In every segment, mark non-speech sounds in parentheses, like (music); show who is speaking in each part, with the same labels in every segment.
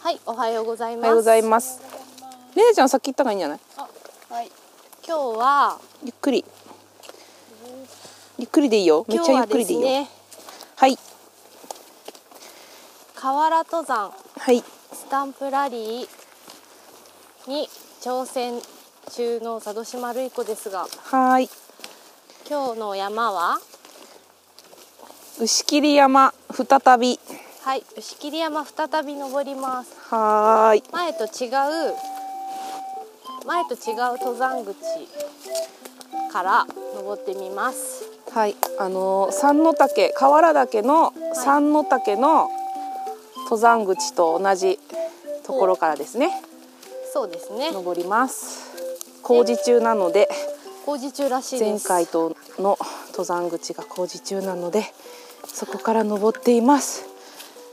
Speaker 1: はい、おはようござい
Speaker 2: お
Speaker 1: ます。
Speaker 2: はようございますレイちゃん先行った方がいいんじゃない
Speaker 3: はい。
Speaker 1: 今日は、
Speaker 2: ゆっくりゆっくりでいいよめっ
Speaker 1: 今
Speaker 2: ち
Speaker 1: 日
Speaker 2: ゃゆっ
Speaker 1: は
Speaker 2: く
Speaker 1: で
Speaker 2: りでい
Speaker 1: す
Speaker 2: いよ
Speaker 1: ね、
Speaker 2: はい
Speaker 1: 河原登山
Speaker 2: はい
Speaker 1: スタンプラリーに挑戦中の佐渡島るい子ですが、
Speaker 2: はーい
Speaker 1: 今日の山は、
Speaker 2: 牛切山再び
Speaker 1: はい、牛切山再び登ります。
Speaker 2: はーい
Speaker 1: 前と違う前と違う登山口から登ってみます
Speaker 2: はいあのー三の岳河原岳の三の岳の登山口と同じところからですね
Speaker 1: そうですね
Speaker 2: 登ります工事中なので
Speaker 1: 工事中らしいで
Speaker 2: 前
Speaker 1: す
Speaker 2: 回との登山口が工事中なのでそこから登っています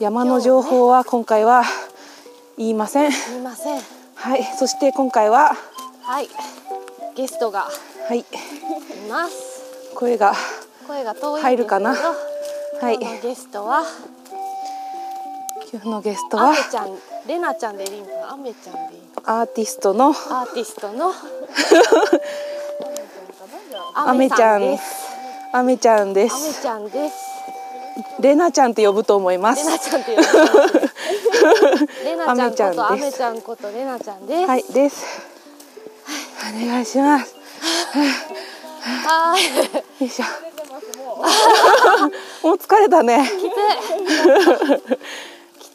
Speaker 2: 山の情報は今回は言いません
Speaker 1: すいません
Speaker 2: はいそして今回は
Speaker 1: はいゲストが
Speaker 2: はい
Speaker 1: います
Speaker 2: 声が
Speaker 1: 声が遠いんですけど
Speaker 2: 入るかなはい
Speaker 1: 今日のゲストは
Speaker 2: 今日のゲスト
Speaker 1: ア
Speaker 2: は
Speaker 1: メちゃんレナちゃんでいいのかなアメちゃんでいいのか
Speaker 2: アーティストの
Speaker 1: アーティストの
Speaker 2: アメち
Speaker 1: さん
Speaker 2: ゃん
Speaker 1: で
Speaker 2: ですすアメちゃんで
Speaker 1: アメ
Speaker 2: す
Speaker 1: ちゃんです
Speaker 2: レナちゃんって呼ぶと思いま
Speaker 1: レ
Speaker 2: す
Speaker 1: ナちゃんって呼んでますレナちゃんことア
Speaker 2: アメち
Speaker 1: メち
Speaker 2: ゃんです
Speaker 1: ゃんことレナちゃんです
Speaker 2: はいですお願いします
Speaker 1: はーい
Speaker 2: よい (laughs) しょもう疲れたね
Speaker 1: いね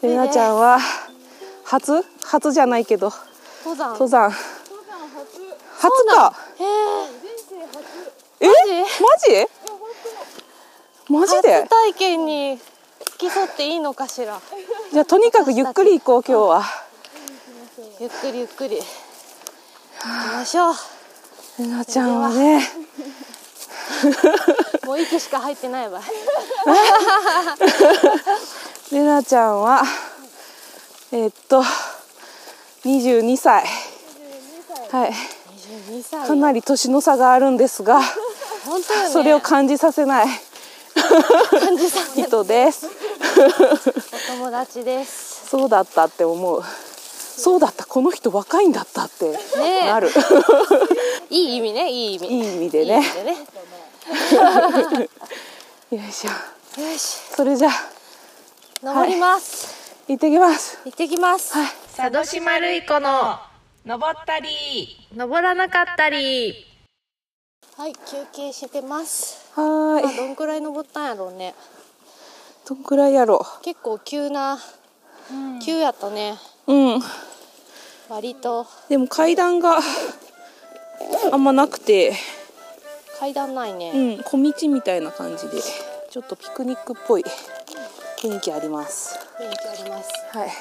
Speaker 2: レナちゃんは初初じゃないけど
Speaker 1: 登山
Speaker 2: 登山初か
Speaker 1: へえ
Speaker 2: えマジマジで
Speaker 1: 初体験に付き添っていいのかしら
Speaker 2: じゃあとにかくゆっくり行こう今日は
Speaker 1: ゆっくりゆっくり行きましょう
Speaker 2: レナちゃんはね
Speaker 1: もう息しか入ってないわ
Speaker 2: レナちゃんはえーっと22歳はい
Speaker 1: 22歳
Speaker 2: かなり年の差があるんですが
Speaker 1: 本当よね
Speaker 2: それを感じさせない
Speaker 1: 感じさせる
Speaker 2: 人です
Speaker 1: お友達です
Speaker 2: そうだったって思うそうだったこの人若いんだったって
Speaker 1: ねえ
Speaker 2: なる
Speaker 1: いい意味ねいい意味
Speaker 2: いい意味
Speaker 1: い
Speaker 2: で
Speaker 1: い意
Speaker 2: ね
Speaker 1: 味でね
Speaker 2: よいしょ
Speaker 1: よし
Speaker 2: それじゃあ
Speaker 1: 登ります、
Speaker 2: 行ってきます
Speaker 1: 行ってきます、
Speaker 3: 佐渡島るい子の登ったり登らなかったり。
Speaker 1: はい休憩してます
Speaker 2: は
Speaker 1: まあ
Speaker 2: ーい
Speaker 1: どんくらい登ったんやろうね
Speaker 2: どんくらいやろ
Speaker 1: 結構急な、急やったね
Speaker 2: ううん
Speaker 1: 割と
Speaker 2: でも階段があんまなくて
Speaker 1: 階段ないね、
Speaker 2: うん小道みたいな感じでちょっとピクニックっぽい雰囲気あります
Speaker 1: 雰囲気あります
Speaker 2: はい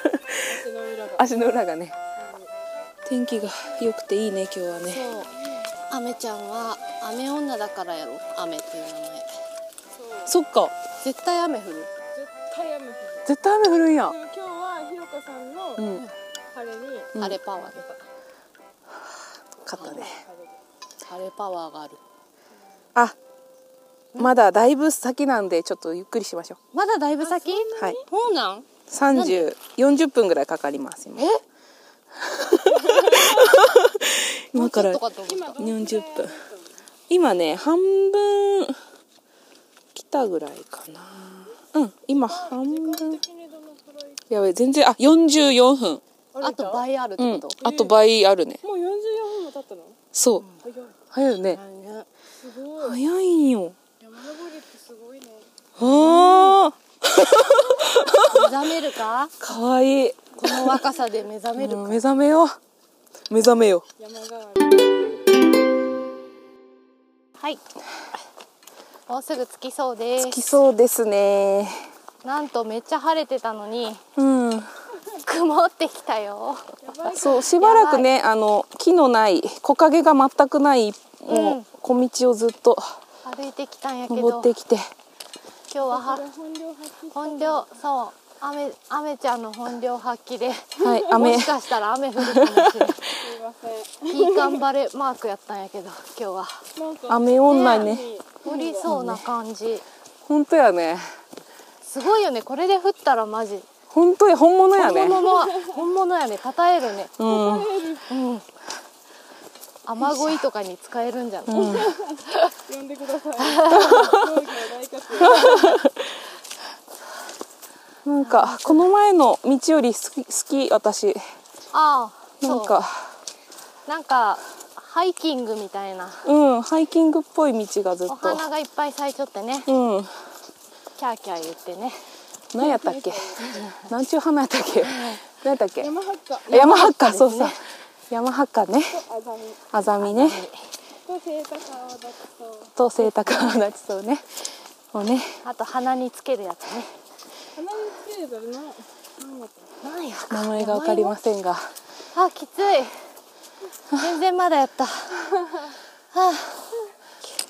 Speaker 2: (laughs) 足の裏がね天気が良くていいね今日はね
Speaker 1: そうアメちゃんは雨女だからやろアメっていう名前
Speaker 2: そっか
Speaker 1: 絶対雨降る
Speaker 4: 絶対雨降る
Speaker 2: 絶対雨降るんや
Speaker 4: でも今日はひろかさん
Speaker 2: う
Speaker 4: の
Speaker 2: ん
Speaker 4: 晴れに
Speaker 1: 晴れパワーね
Speaker 2: 勝ったね
Speaker 1: 晴れパワーがある
Speaker 2: あまだだいぶ先なんでちょっとゆっくりしましょ
Speaker 1: まだだいぶ先
Speaker 2: うはい
Speaker 1: そうなん
Speaker 2: 30 40分ぐらいかかります今
Speaker 1: え
Speaker 2: 今から
Speaker 1: とかと思った
Speaker 2: 40分今ね半分来たぐらいかなうん今半分やばい全然あ44分
Speaker 1: あと倍あるっ
Speaker 2: う
Speaker 1: て
Speaker 2: ん
Speaker 1: こ
Speaker 2: あと倍あるね
Speaker 4: もう44分も経ったの
Speaker 2: そう早いよね
Speaker 1: と、ね
Speaker 4: すごい
Speaker 2: 早いんよ
Speaker 4: 山登りってすごいね
Speaker 2: あ
Speaker 1: 目覚めるか
Speaker 2: ーかわいい
Speaker 1: (laughs) この若さで目覚める
Speaker 2: うん目覚めよう目覚めよ
Speaker 4: 山が
Speaker 1: はいもうすぐ着きそうで
Speaker 2: う来
Speaker 1: す
Speaker 2: そうですね
Speaker 1: なんとめっちゃ晴れてたのに
Speaker 2: うん
Speaker 1: 曇ってきたよ
Speaker 2: そうしばらくねあの木のない木陰が全くないもう、
Speaker 1: うん
Speaker 2: 小道をずっと
Speaker 1: 歩いてきたんやけど
Speaker 2: 登ってきて
Speaker 1: 今日はは
Speaker 4: 本領発揮
Speaker 1: 本領そう雨雨ちゃんの本領発揮で
Speaker 4: (laughs)
Speaker 2: はい
Speaker 1: も
Speaker 2: 雨
Speaker 1: しかしたら雨降るかもしれない
Speaker 4: すいませ
Speaker 1: いい頑張れマークやったんやけど今日は
Speaker 4: んなんか
Speaker 2: 雨女ね
Speaker 4: いい
Speaker 1: 降りそうな感じ
Speaker 2: 本当やね
Speaker 1: すごいよねこれで降ったらマジ
Speaker 2: 本当や本物やね
Speaker 1: 本物は本物やね称えるね
Speaker 2: うん、うん、
Speaker 1: 雨乞いとかに使えるんじゃない、
Speaker 4: 呼んでください。競技は大活躍。
Speaker 2: なんかこの前の道より好き好き私
Speaker 1: ああ
Speaker 2: な
Speaker 1: そ
Speaker 2: ん
Speaker 1: う
Speaker 2: か
Speaker 1: なんかハイキングみたいな
Speaker 2: うんハイキングっぽい道がずっ
Speaker 1: お
Speaker 2: と
Speaker 1: 花がいっぱい咲いちょってね
Speaker 2: うん
Speaker 1: キャーキャー言ってね
Speaker 2: 何やったっけ何ちゅう花やったっけ何やったっけ
Speaker 4: 山ハッカ。
Speaker 2: え山ハッカーそうそう山ハッカーね
Speaker 4: とアザミ。
Speaker 2: アザミね
Speaker 4: とセイタカアワダチと。
Speaker 2: とセイタカアワダチソウねをね
Speaker 1: あと鼻につけるやつね
Speaker 4: 鼻につけるのな。なんだった
Speaker 1: なんや
Speaker 2: 名前がわかりませんが
Speaker 1: あきつい全然まだやった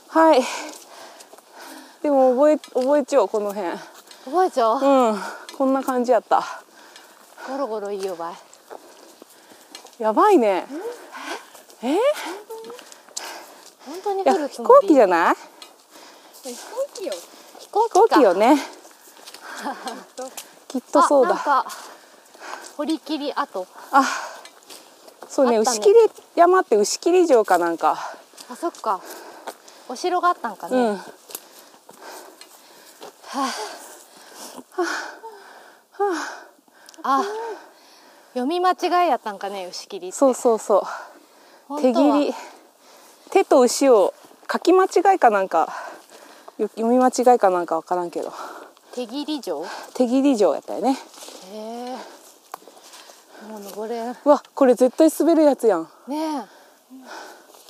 Speaker 2: はいでも覚え覚えちようこの辺
Speaker 1: 覚えちゃおう
Speaker 2: うんこんな感じやった
Speaker 1: ゴロゴロいいよばい
Speaker 2: やばいねえ
Speaker 1: 本当に
Speaker 2: いや
Speaker 1: 降るつ
Speaker 2: 飛
Speaker 1: も
Speaker 2: 行
Speaker 1: り
Speaker 2: 機じゃない
Speaker 4: え飛行機よ。
Speaker 1: 飛行
Speaker 2: 飛行
Speaker 1: か
Speaker 2: 機
Speaker 1: (laughs)
Speaker 2: よねきっとそう
Speaker 1: あなん
Speaker 2: だ
Speaker 1: か掘り切り跡
Speaker 2: あそうね
Speaker 1: あったね
Speaker 2: 牛切山って牛切城かなんか
Speaker 1: あそっかお城があったんかね、
Speaker 2: うん
Speaker 1: はあ、あ読み間違いやったんかね牛切りって
Speaker 2: そうそうそう
Speaker 1: 本
Speaker 2: 手
Speaker 1: 当は
Speaker 2: 切り手と牛を書き間違いかなんかよ読み間違いかなんか分からんけど
Speaker 1: 手切り城へ
Speaker 2: 手切り城やったよね
Speaker 1: えもう登れんね
Speaker 2: うわこれ絶対滑るやつやん
Speaker 1: え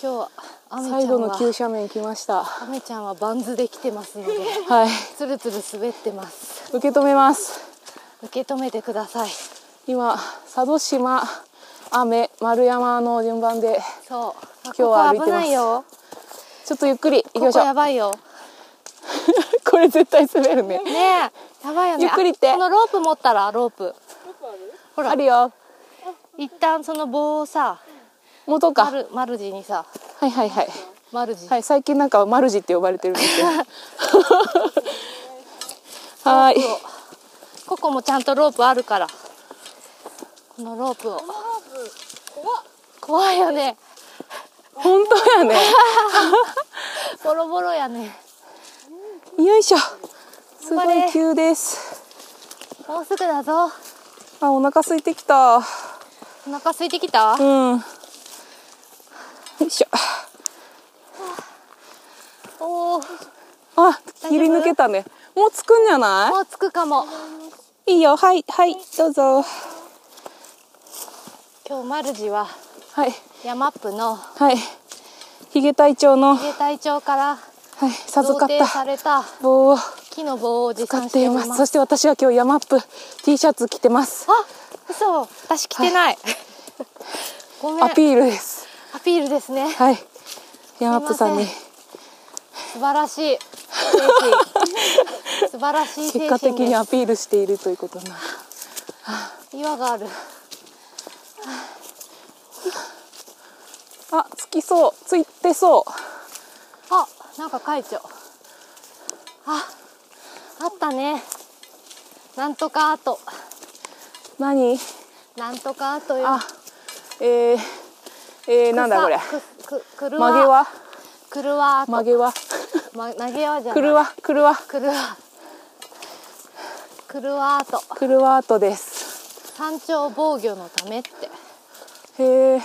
Speaker 1: 今日アメちゃんは
Speaker 2: 最後の急斜面来ました
Speaker 1: アメちゃんはバンズで来てますので
Speaker 2: はい
Speaker 1: つるつる滑ってます
Speaker 2: 受け止めます
Speaker 1: 受け止めてください
Speaker 2: 今佐渡島雨丸山の順番で
Speaker 1: そう今
Speaker 2: 日は歩いてます
Speaker 1: 危ないよ
Speaker 2: ちょっとゆっくり行き
Speaker 1: こ
Speaker 2: まし
Speaker 1: こ
Speaker 2: ょ
Speaker 1: や
Speaker 2: う
Speaker 1: ばいよ
Speaker 2: (laughs) これ絶対滑るね
Speaker 1: ねえやばいよね
Speaker 2: (laughs) ゆっくり行って
Speaker 1: あこのロープ持ったらロープほら
Speaker 2: あるよ
Speaker 1: 一旦その棒をさ
Speaker 2: 元か
Speaker 1: マルマルジにさ
Speaker 2: はいはいはい
Speaker 1: マルジ、
Speaker 2: はい最近なんかマルジって呼ばれてるん (laughs) ですよはい
Speaker 1: ロープをここもちゃんとロープあるからこのロープを怖いよね
Speaker 2: 本当 (laughs) やね
Speaker 1: ボロボロやね
Speaker 2: よいしょす
Speaker 1: 張
Speaker 2: ご
Speaker 1: れ
Speaker 2: い急です
Speaker 1: もうすぐだぞ
Speaker 2: あお腹空いてきたうん
Speaker 1: お腹空いてきた、
Speaker 2: よいしょ
Speaker 1: おおも
Speaker 2: あ切り抜けたねもう着くんじゃな
Speaker 1: う着くかも
Speaker 2: いいいよはいはいどうぞ
Speaker 1: 今日マルジは
Speaker 2: はい
Speaker 1: ヤマップの
Speaker 2: はいヒゲ隊長の、は
Speaker 1: 自衛隊長から
Speaker 2: い、授
Speaker 1: 贈
Speaker 2: かっ
Speaker 1: 呈さ
Speaker 2: た
Speaker 1: れた
Speaker 2: 棒を
Speaker 1: 木の棒を持
Speaker 2: 使
Speaker 1: 参
Speaker 2: っ
Speaker 1: して
Speaker 2: て
Speaker 1: お
Speaker 2: い
Speaker 1: りま
Speaker 2: ますすそして私は今日山アップ T シャツ着てます
Speaker 1: あ嘘私着てない、ごめん
Speaker 2: アピールです
Speaker 1: アピールですね
Speaker 2: はい山アップさんに
Speaker 1: すい素晴らし
Speaker 2: (laughs)
Speaker 1: い精神素晴らしい精神
Speaker 2: 結果的に
Speaker 1: です
Speaker 2: アピールしているということな
Speaker 1: 岩がある
Speaker 2: あつきそうついてそう
Speaker 1: あなんか書いちゃうああったねなんとかあと
Speaker 2: 何
Speaker 1: なんとかあとよ
Speaker 2: あえー、えー、なんだこれ
Speaker 1: くくくるわ
Speaker 2: 曲げは
Speaker 1: くるわあと
Speaker 2: 曲げは
Speaker 1: ま投げ輪じゃない
Speaker 2: くるわくるわ
Speaker 1: くるわくるわあと
Speaker 2: くるわアートです
Speaker 1: 山頂防御のためって
Speaker 2: へえ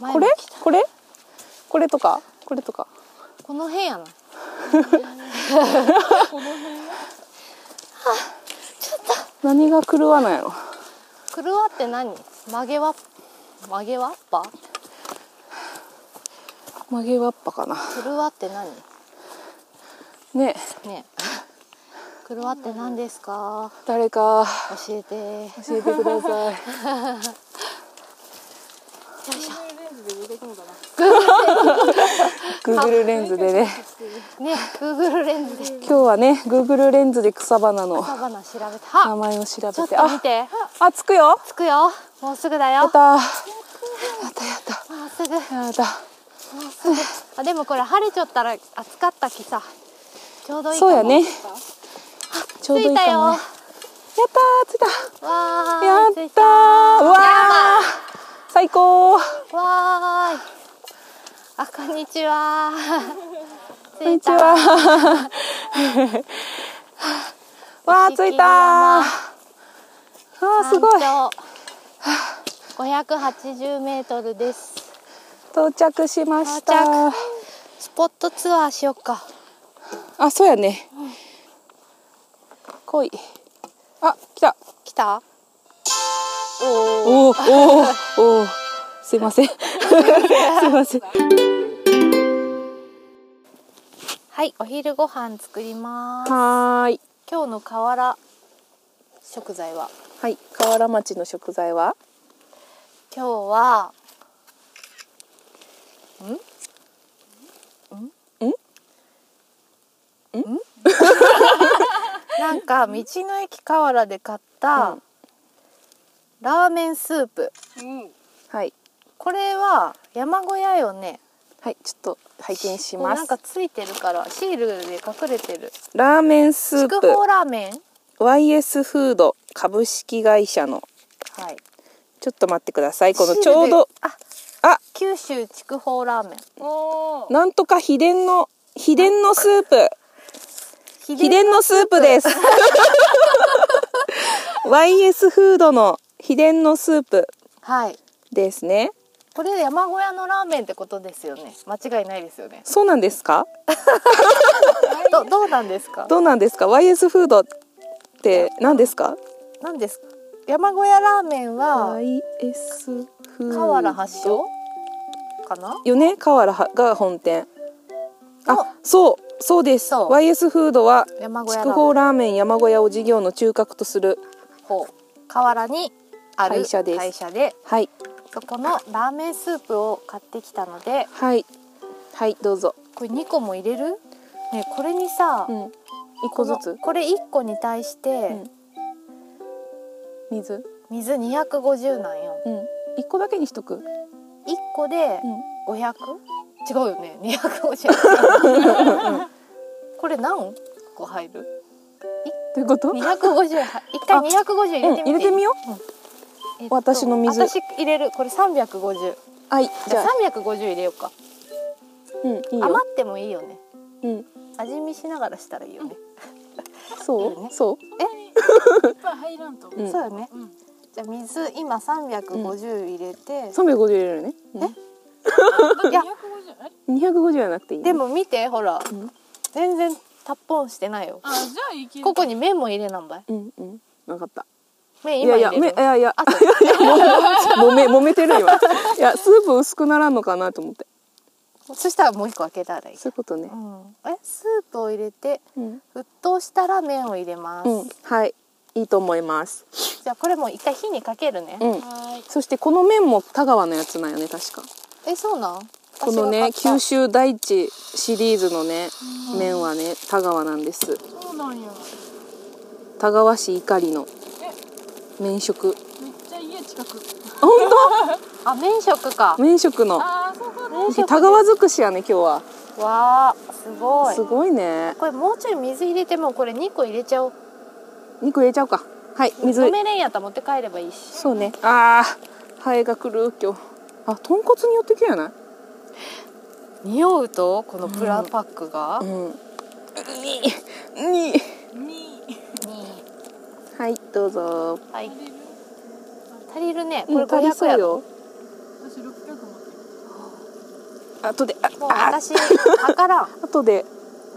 Speaker 1: 前
Speaker 2: これ
Speaker 1: も来た
Speaker 2: これこれとかこれとか
Speaker 1: この辺やなこの辺ちょっと
Speaker 2: 何がくるわなんやろ
Speaker 1: くるわって何曲げわ曲げわっぱく
Speaker 2: 曲げわっぱかな
Speaker 1: るわって何
Speaker 2: ね
Speaker 1: ねえくるわって何ですか
Speaker 2: 誰か
Speaker 1: 教えてよ
Speaker 2: 教えてください
Speaker 1: いし
Speaker 4: そういうレンズで見ていくのかな。
Speaker 2: Google レンズでね
Speaker 1: ょねえ Google レンズで
Speaker 2: 今日はね Google レンズで草花の
Speaker 1: 草花調べて
Speaker 2: 名
Speaker 1: あ
Speaker 2: 前を調べ
Speaker 1: ちょっと
Speaker 2: てあ
Speaker 1: 見て
Speaker 2: あつくよ
Speaker 1: つくよもうすぐだ
Speaker 2: や
Speaker 1: よ
Speaker 2: ったやったやっ
Speaker 1: もうすぐ
Speaker 2: たやった
Speaker 1: あでもこれ晴れちゃったら暑かったきさちょうどいいかも
Speaker 2: そうやねちょうどいいかも、ね、や
Speaker 1: 着い
Speaker 2: ったー着い
Speaker 1: わーい着い
Speaker 2: たやったーわー最高
Speaker 1: たわーいあこんにちは
Speaker 2: こんにち
Speaker 1: 着い
Speaker 2: は (laughs) わー着いたーあー
Speaker 1: た
Speaker 2: すごい
Speaker 1: 山頂580メートルです
Speaker 2: 到着しまし
Speaker 1: 到
Speaker 2: た
Speaker 1: スポットツアーしよっか
Speaker 2: あそうやね来いあ来た
Speaker 1: 来た
Speaker 2: おおおおおーすいま (laughs) せんすいません
Speaker 1: はいお昼ご飯作ります
Speaker 2: はーい
Speaker 1: 今日の河原食材は
Speaker 2: はい河原町の食材は
Speaker 1: 今日はんん (laughs)
Speaker 2: ん
Speaker 1: んなんか道の駅河原で買ったラーメンスープ
Speaker 4: うん。
Speaker 2: はい
Speaker 1: これは山小屋よね
Speaker 2: はいちょっと拝見し
Speaker 1: もう
Speaker 2: ま
Speaker 1: なん
Speaker 2: す
Speaker 1: かついてるからシールで隠れてる
Speaker 2: ラーメンス
Speaker 1: 筑
Speaker 2: ープ
Speaker 1: 豊ラーメン
Speaker 2: YS フード株式会社の
Speaker 1: はい
Speaker 2: ちょっと待ってくださいこの
Speaker 1: シール
Speaker 2: ちょうど
Speaker 1: であ
Speaker 2: あ
Speaker 1: 九州筑豊ラーメン
Speaker 4: おー。
Speaker 2: なんとか秘伝の秘伝のスープ
Speaker 1: 秘
Speaker 2: 秘伝のスープです YS フードの秘伝のスープ
Speaker 1: はい
Speaker 2: ですね
Speaker 1: これ山小屋のラーメンってことですよね間違いないですよね
Speaker 2: そうなんですか
Speaker 1: どどうなんですか
Speaker 2: どうなんですか YS フードって何ですか
Speaker 1: なんです山小屋ラーメンは
Speaker 2: YS フード
Speaker 1: 河原発祥かな
Speaker 2: よね河原はが本店
Speaker 1: の
Speaker 2: あそうそうです
Speaker 1: そう
Speaker 2: YS フードは
Speaker 1: 山小屋
Speaker 2: 筑
Speaker 1: ラーメ
Speaker 2: 豊ラーメン山小屋を事業の中核とする
Speaker 1: ンほう河原にある
Speaker 2: 会社です
Speaker 1: 会社で
Speaker 2: はい
Speaker 1: そこのラーメンスープを買ってきたので
Speaker 2: はいはいどうぞ、
Speaker 1: これ2個も入れるねこれにさ、
Speaker 2: うん、一個
Speaker 1: こ
Speaker 2: ず
Speaker 1: の
Speaker 2: つ
Speaker 1: これ1個に対して
Speaker 2: うん水
Speaker 1: 水250なんよ
Speaker 2: うん一個だけにしとく、
Speaker 1: 1個で
Speaker 2: うん、
Speaker 1: 500違うよね250これ何個入る
Speaker 2: ということ、
Speaker 1: 二百五十一回
Speaker 2: あ
Speaker 1: 二百五十入れてみていい、
Speaker 2: うん入れてみよ
Speaker 1: うん、えっ
Speaker 2: 私の水
Speaker 1: 私入れるこれ三百五十
Speaker 2: はい
Speaker 1: じ
Speaker 2: じ
Speaker 1: ゃ
Speaker 2: ゃ
Speaker 1: あ
Speaker 2: あ
Speaker 1: 三百五十入れようか
Speaker 2: うんいいよ、
Speaker 1: 余ってもいいよね
Speaker 2: うん、
Speaker 1: 味見しながらしたらいいよね、
Speaker 2: そう
Speaker 1: いいよね
Speaker 2: そう
Speaker 4: いっぱい入らんと。
Speaker 2: うん
Speaker 1: そうよね
Speaker 4: うん。
Speaker 1: じゃあ水今三百五十入れて、
Speaker 2: 三百五十入れるね、うん、
Speaker 1: い
Speaker 4: 二
Speaker 1: や
Speaker 4: 百五十。あれ
Speaker 2: 二百五十じゃなくていい、
Speaker 1: でも見てほら、
Speaker 2: ん
Speaker 1: 全然タッポンしてないよ
Speaker 4: あ、じゃあいける。
Speaker 1: ここに麺も入れなんばい
Speaker 2: うんうんわかった
Speaker 1: 麺
Speaker 2: いや
Speaker 1: 今入
Speaker 2: いや
Speaker 1: れる
Speaker 2: めいやいやあいやもめもめて (laughs) る今いやスープ薄くならんのかなと思って
Speaker 1: そしたらもう一個開けたらいい、
Speaker 2: そういうことね
Speaker 1: うん、えスープを入れて
Speaker 2: うん、
Speaker 1: 沸騰したら麺を入れます、
Speaker 2: うん、はいいいと思います
Speaker 1: じゃあこれもう一回火にかけるね、
Speaker 2: うん
Speaker 4: はーい。
Speaker 2: そしてこの麺も田川のやつなんよね確か
Speaker 1: えそうなん
Speaker 2: このね
Speaker 1: 私が買
Speaker 2: 九
Speaker 1: った
Speaker 2: 州大地シリーズのね麺はね田川なんです
Speaker 4: そうなんや。
Speaker 2: 田川市怒りの
Speaker 4: え、
Speaker 2: 麺食
Speaker 4: めっちゃ家近く。
Speaker 1: あ麺食か
Speaker 2: 麺食の
Speaker 4: あー、そうそうそう。
Speaker 1: 麺食
Speaker 2: 田川尽くしやね今日は
Speaker 1: わあすごい
Speaker 2: すごいね
Speaker 1: これもうちょい水入れてもうこれ2個入れちゃおう
Speaker 2: 肉入れちゃおうかはい水
Speaker 1: 飲めれんやったら持って帰ればいいし
Speaker 2: そうねあーハエが来る今日あ豚骨によってきやない
Speaker 1: 匂うとこのプラパックが、
Speaker 2: うんにに
Speaker 4: に。
Speaker 1: に
Speaker 2: はいどうぞ
Speaker 1: はい
Speaker 4: 入れ
Speaker 1: 足り
Speaker 4: る
Speaker 1: るねこ
Speaker 2: う
Speaker 1: れ
Speaker 2: ん足り
Speaker 1: 500
Speaker 2: そ
Speaker 1: や
Speaker 2: う
Speaker 1: ろ、
Speaker 2: よ
Speaker 4: 私六百持ってる。
Speaker 2: あとで
Speaker 1: もう
Speaker 2: あ
Speaker 1: 私測らん
Speaker 2: あとで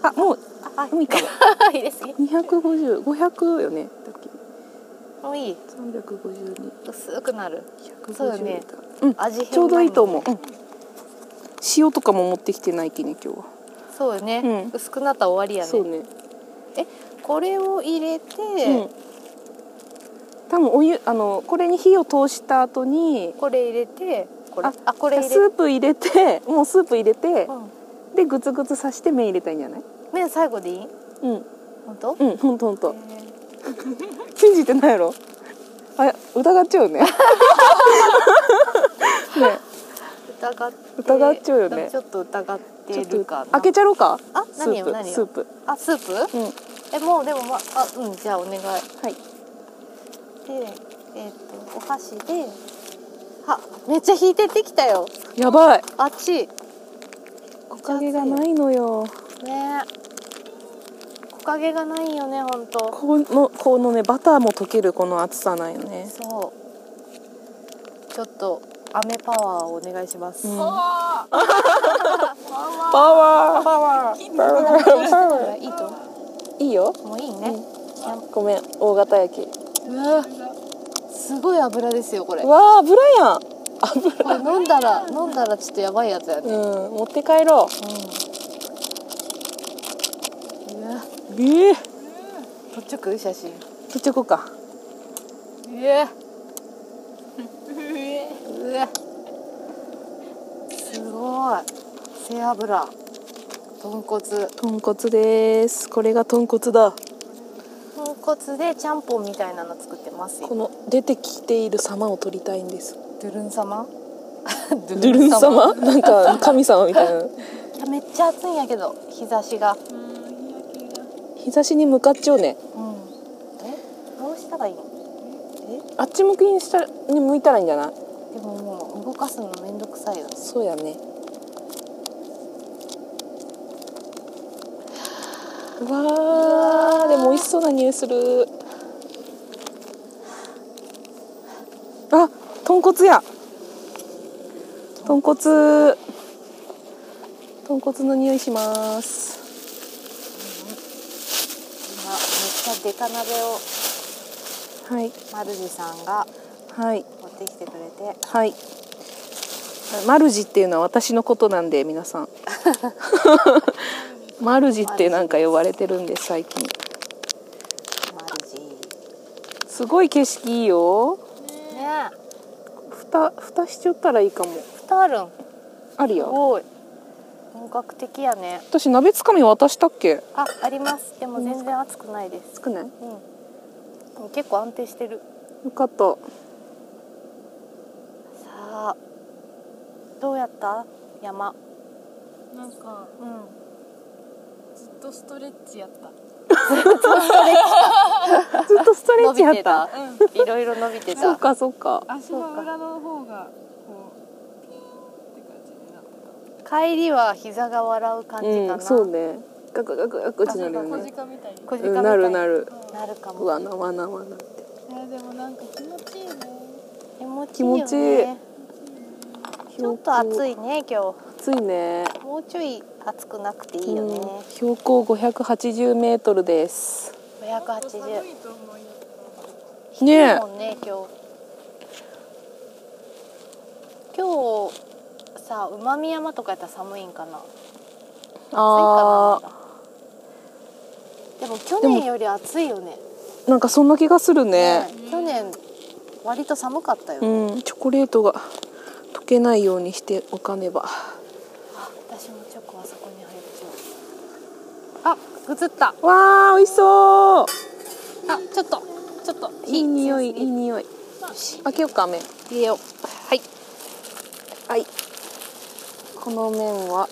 Speaker 2: あもう
Speaker 1: あはい
Speaker 2: もうい (laughs) いかも
Speaker 1: 入れすぎ
Speaker 2: 250500よねだっけ
Speaker 1: もういい
Speaker 2: 352150
Speaker 1: 薄くなるそうよね
Speaker 2: うん
Speaker 1: 味変
Speaker 2: ちょうどいいと思う、
Speaker 1: ないもんね
Speaker 2: うん塩とかも持ってきてないきね今日は、
Speaker 1: そうよね、
Speaker 2: うん
Speaker 1: 薄くなったら終わりやね
Speaker 2: そうね
Speaker 1: これを入れて、
Speaker 2: うん多分お湯あのこれに火を通した後に
Speaker 1: これ入れてこれあ
Speaker 2: あ
Speaker 1: これ入れ
Speaker 2: スープ入
Speaker 1: (laughs)
Speaker 2: れてもうスープ入れて
Speaker 1: うん、
Speaker 2: でグツグツさして麺入れたいんじゃない
Speaker 1: 麺最後でいい
Speaker 2: うん
Speaker 1: 本当、
Speaker 2: うんほんとほんと
Speaker 1: えー
Speaker 2: 信じてないやろあ疑っちゃう
Speaker 1: (laughs)
Speaker 2: よねね
Speaker 1: 疑って
Speaker 2: 疑っちゃうよね
Speaker 1: ちょっと疑って
Speaker 2: ちょっ
Speaker 1: る
Speaker 2: と
Speaker 1: かな
Speaker 2: 開けちゃろうか
Speaker 1: あ
Speaker 2: ス
Speaker 1: 何
Speaker 2: ー
Speaker 1: よ
Speaker 2: プ
Speaker 1: 何
Speaker 2: スー
Speaker 1: よ
Speaker 2: プ
Speaker 1: あスープ
Speaker 2: うん
Speaker 1: えもうでもまあうんじゃあお願いはいでえっ、とお箸であめっちゃ引いてってきたよ
Speaker 2: やばい
Speaker 1: あっち
Speaker 2: 木陰がないのよ
Speaker 1: ね木陰がないよねほんと
Speaker 2: このこのねバターも溶けるこの厚さなんよね、
Speaker 1: そうちょっと雨パワーをお願いします、
Speaker 2: うんパワーパワーパワー
Speaker 1: いいと
Speaker 2: いいよ
Speaker 1: もういいね、
Speaker 2: ごめん大型焼き
Speaker 1: うわすごい油ですよこれ
Speaker 2: う
Speaker 1: こ
Speaker 2: わー油やん
Speaker 1: れ飲んだら飲んだらちょっとやばいやつやね
Speaker 2: うん持って帰ろ
Speaker 1: うわ
Speaker 2: うええ
Speaker 1: 撮っちょく写真
Speaker 2: 取っちゃこうか
Speaker 1: うえうえすごい背脂豚骨
Speaker 2: 豚骨ですこれが豚骨だ
Speaker 1: 豚骨でちゃんぽんみたいなの作ってますよ
Speaker 2: この出てきている様を撮りたいんです
Speaker 1: ドゥルン様ド
Speaker 2: ドゥルン様なんか神様みたいな
Speaker 1: めっちゃ暑いんやけど日差しが
Speaker 2: 日差しに向かっちゃうね
Speaker 1: うんえどうしたらいいの
Speaker 2: あっち向きにしたに向いたらいいんじゃない
Speaker 1: えでももう動かすのめんどくさいよね
Speaker 2: そうやねうわーでも美味しそうな匂いするあ豚骨や豚骨豚骨の匂いします
Speaker 1: 今めっちゃデカ鍋を
Speaker 2: はい
Speaker 1: マルジさんが
Speaker 2: はい
Speaker 1: 持ってきてくれて
Speaker 2: はいマルジっていうのは私のことなんで皆 (laughs) さんマルジってなんか呼ばれてるんです最近
Speaker 1: マルジ
Speaker 2: すごい景色いいよ
Speaker 1: ね
Speaker 2: 蓋蓋しちゃったらいいかも
Speaker 1: え蓋あるん
Speaker 2: ある
Speaker 1: す
Speaker 2: よ
Speaker 1: ごい本格的やね
Speaker 2: 私鍋つかみ渡したっけ
Speaker 1: あありますでも全然熱くないです
Speaker 2: 少ない
Speaker 1: うん結構安定してる
Speaker 2: よかった
Speaker 1: さあどうやった山
Speaker 4: なんか
Speaker 1: うん
Speaker 4: ずっとストレッチやった
Speaker 2: ずっとストレッチやった
Speaker 4: うん
Speaker 1: いろいろ伸びて
Speaker 2: そう
Speaker 1: た
Speaker 2: かそうか
Speaker 4: 足の裏の方がこうピーンって感じになって
Speaker 1: 帰りは膝が笑う感じか
Speaker 2: う
Speaker 1: なん
Speaker 2: そうねガクガクガクってなるよ
Speaker 4: た小
Speaker 2: ね
Speaker 4: 鹿みたいに
Speaker 1: 小
Speaker 2: う
Speaker 1: 鹿
Speaker 2: んなる
Speaker 1: みた
Speaker 2: ないる
Speaker 1: になるか
Speaker 2: う
Speaker 1: も
Speaker 2: わ生生なって
Speaker 4: いやでもなんか気持ちいいね
Speaker 1: 気持ちいいよね
Speaker 2: 気持ちいい
Speaker 1: ちょっと暑いね今
Speaker 2: 暑いね
Speaker 1: 日もうちょい暑くなくていいよね
Speaker 2: うん標高580メートルです
Speaker 1: 580
Speaker 4: 寒いと思いよ
Speaker 2: ねえ
Speaker 1: もんね今日今日さうまみ山とかやったら寒いんかな暑い
Speaker 2: あ
Speaker 1: かなまだでも去年より暑いよね
Speaker 2: ーなんかそんな気がするね
Speaker 1: ね去年割と寒かったよ、
Speaker 2: うんチョコレートが溶けないようにしておかねば
Speaker 1: あ私もチョコあそこに入っちゃうあ映った
Speaker 2: わー美味しそう
Speaker 1: あちょっとちょっと
Speaker 2: いい匂いい
Speaker 1: 火強すぎる
Speaker 2: い匂い開けようか麺
Speaker 1: 入れよ
Speaker 2: はいはいこの麺は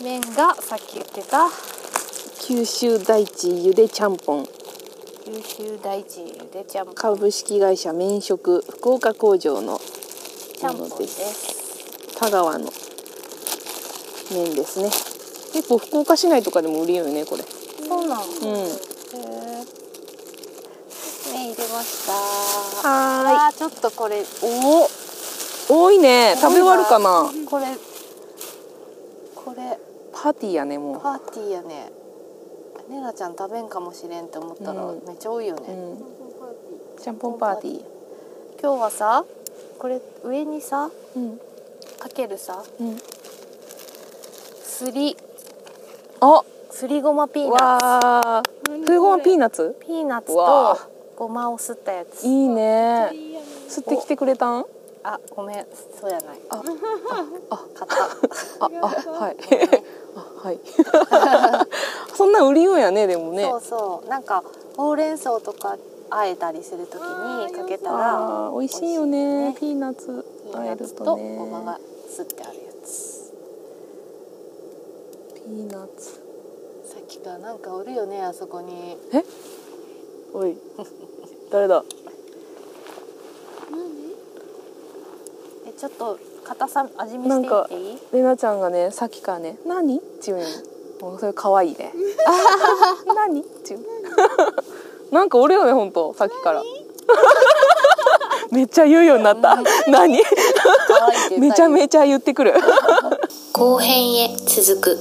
Speaker 1: う麺がさっき言ってた
Speaker 2: 九州大地ゆでちゃんぽん
Speaker 1: 九州大地ゆでちゃんぽん
Speaker 2: 株式会社麺食福岡工場の
Speaker 1: ちゃ
Speaker 2: も
Speaker 1: んぽん
Speaker 2: の
Speaker 1: で
Speaker 2: です
Speaker 1: す
Speaker 2: 田川の麺ですね結構福岡市内とかでも売りよねこれ
Speaker 1: そうなの、
Speaker 2: う
Speaker 1: へ
Speaker 2: ん
Speaker 1: ー麺入れました
Speaker 2: はーい
Speaker 1: あーちょっとこれおお
Speaker 2: 多いね食べ終わるかな
Speaker 1: これこれ
Speaker 2: パーティーやねもう
Speaker 1: パーティーやねねなちゃん食べんかもしれんって思ったら
Speaker 2: うん
Speaker 1: めっちゃ多いよね、
Speaker 2: うん、ちゃんぽんパーティー。
Speaker 1: 今日はさこれ上にさ
Speaker 2: うん、
Speaker 1: かけるさ
Speaker 2: うん。
Speaker 1: すり
Speaker 2: あ、
Speaker 1: すりごまピーナッツ
Speaker 2: わあ、ふごまピーナッツ。
Speaker 1: ピーナッツ
Speaker 2: うわ
Speaker 1: とごまをすったやつ
Speaker 2: いいね。吸ってきてくれたん。 (laughs)
Speaker 1: あごめんそうやない
Speaker 2: あ
Speaker 1: あ買った
Speaker 2: あ、
Speaker 4: 아,
Speaker 2: あ、はい。あ、はい。 (laughs) そんなん売りようやね、でもね。
Speaker 1: そうそうなんかほうれん草とかあえたりするときにかけたら
Speaker 2: あー、美味しいよね。ピーナッツ
Speaker 1: ピ。ー
Speaker 2: あ
Speaker 1: ナ
Speaker 2: え
Speaker 1: ッ
Speaker 2: る
Speaker 1: ツと
Speaker 2: と
Speaker 1: ごまが
Speaker 2: ね。
Speaker 1: すってあるやつ
Speaker 2: ピーナッツ。
Speaker 1: さっききたなんかおるよねあそこに
Speaker 2: えおい (laughs) 誰だ
Speaker 1: えちょっと硬さ味見
Speaker 2: なん
Speaker 1: し
Speaker 2: か
Speaker 1: ていっていい
Speaker 2: れなちゃんがねさっきからね「何?」って言う (laughs) のもうそれ可愛いね「 (laughs) 何?」って言う (laughs) なんかおるよね本当さっきから (laughs) めっちゃ言うようになった「何?」
Speaker 1: 可愛いって言っ
Speaker 2: め
Speaker 1: た
Speaker 2: ち
Speaker 1: り
Speaker 2: ゃめちゃ言ってくる
Speaker 5: 後編へ続く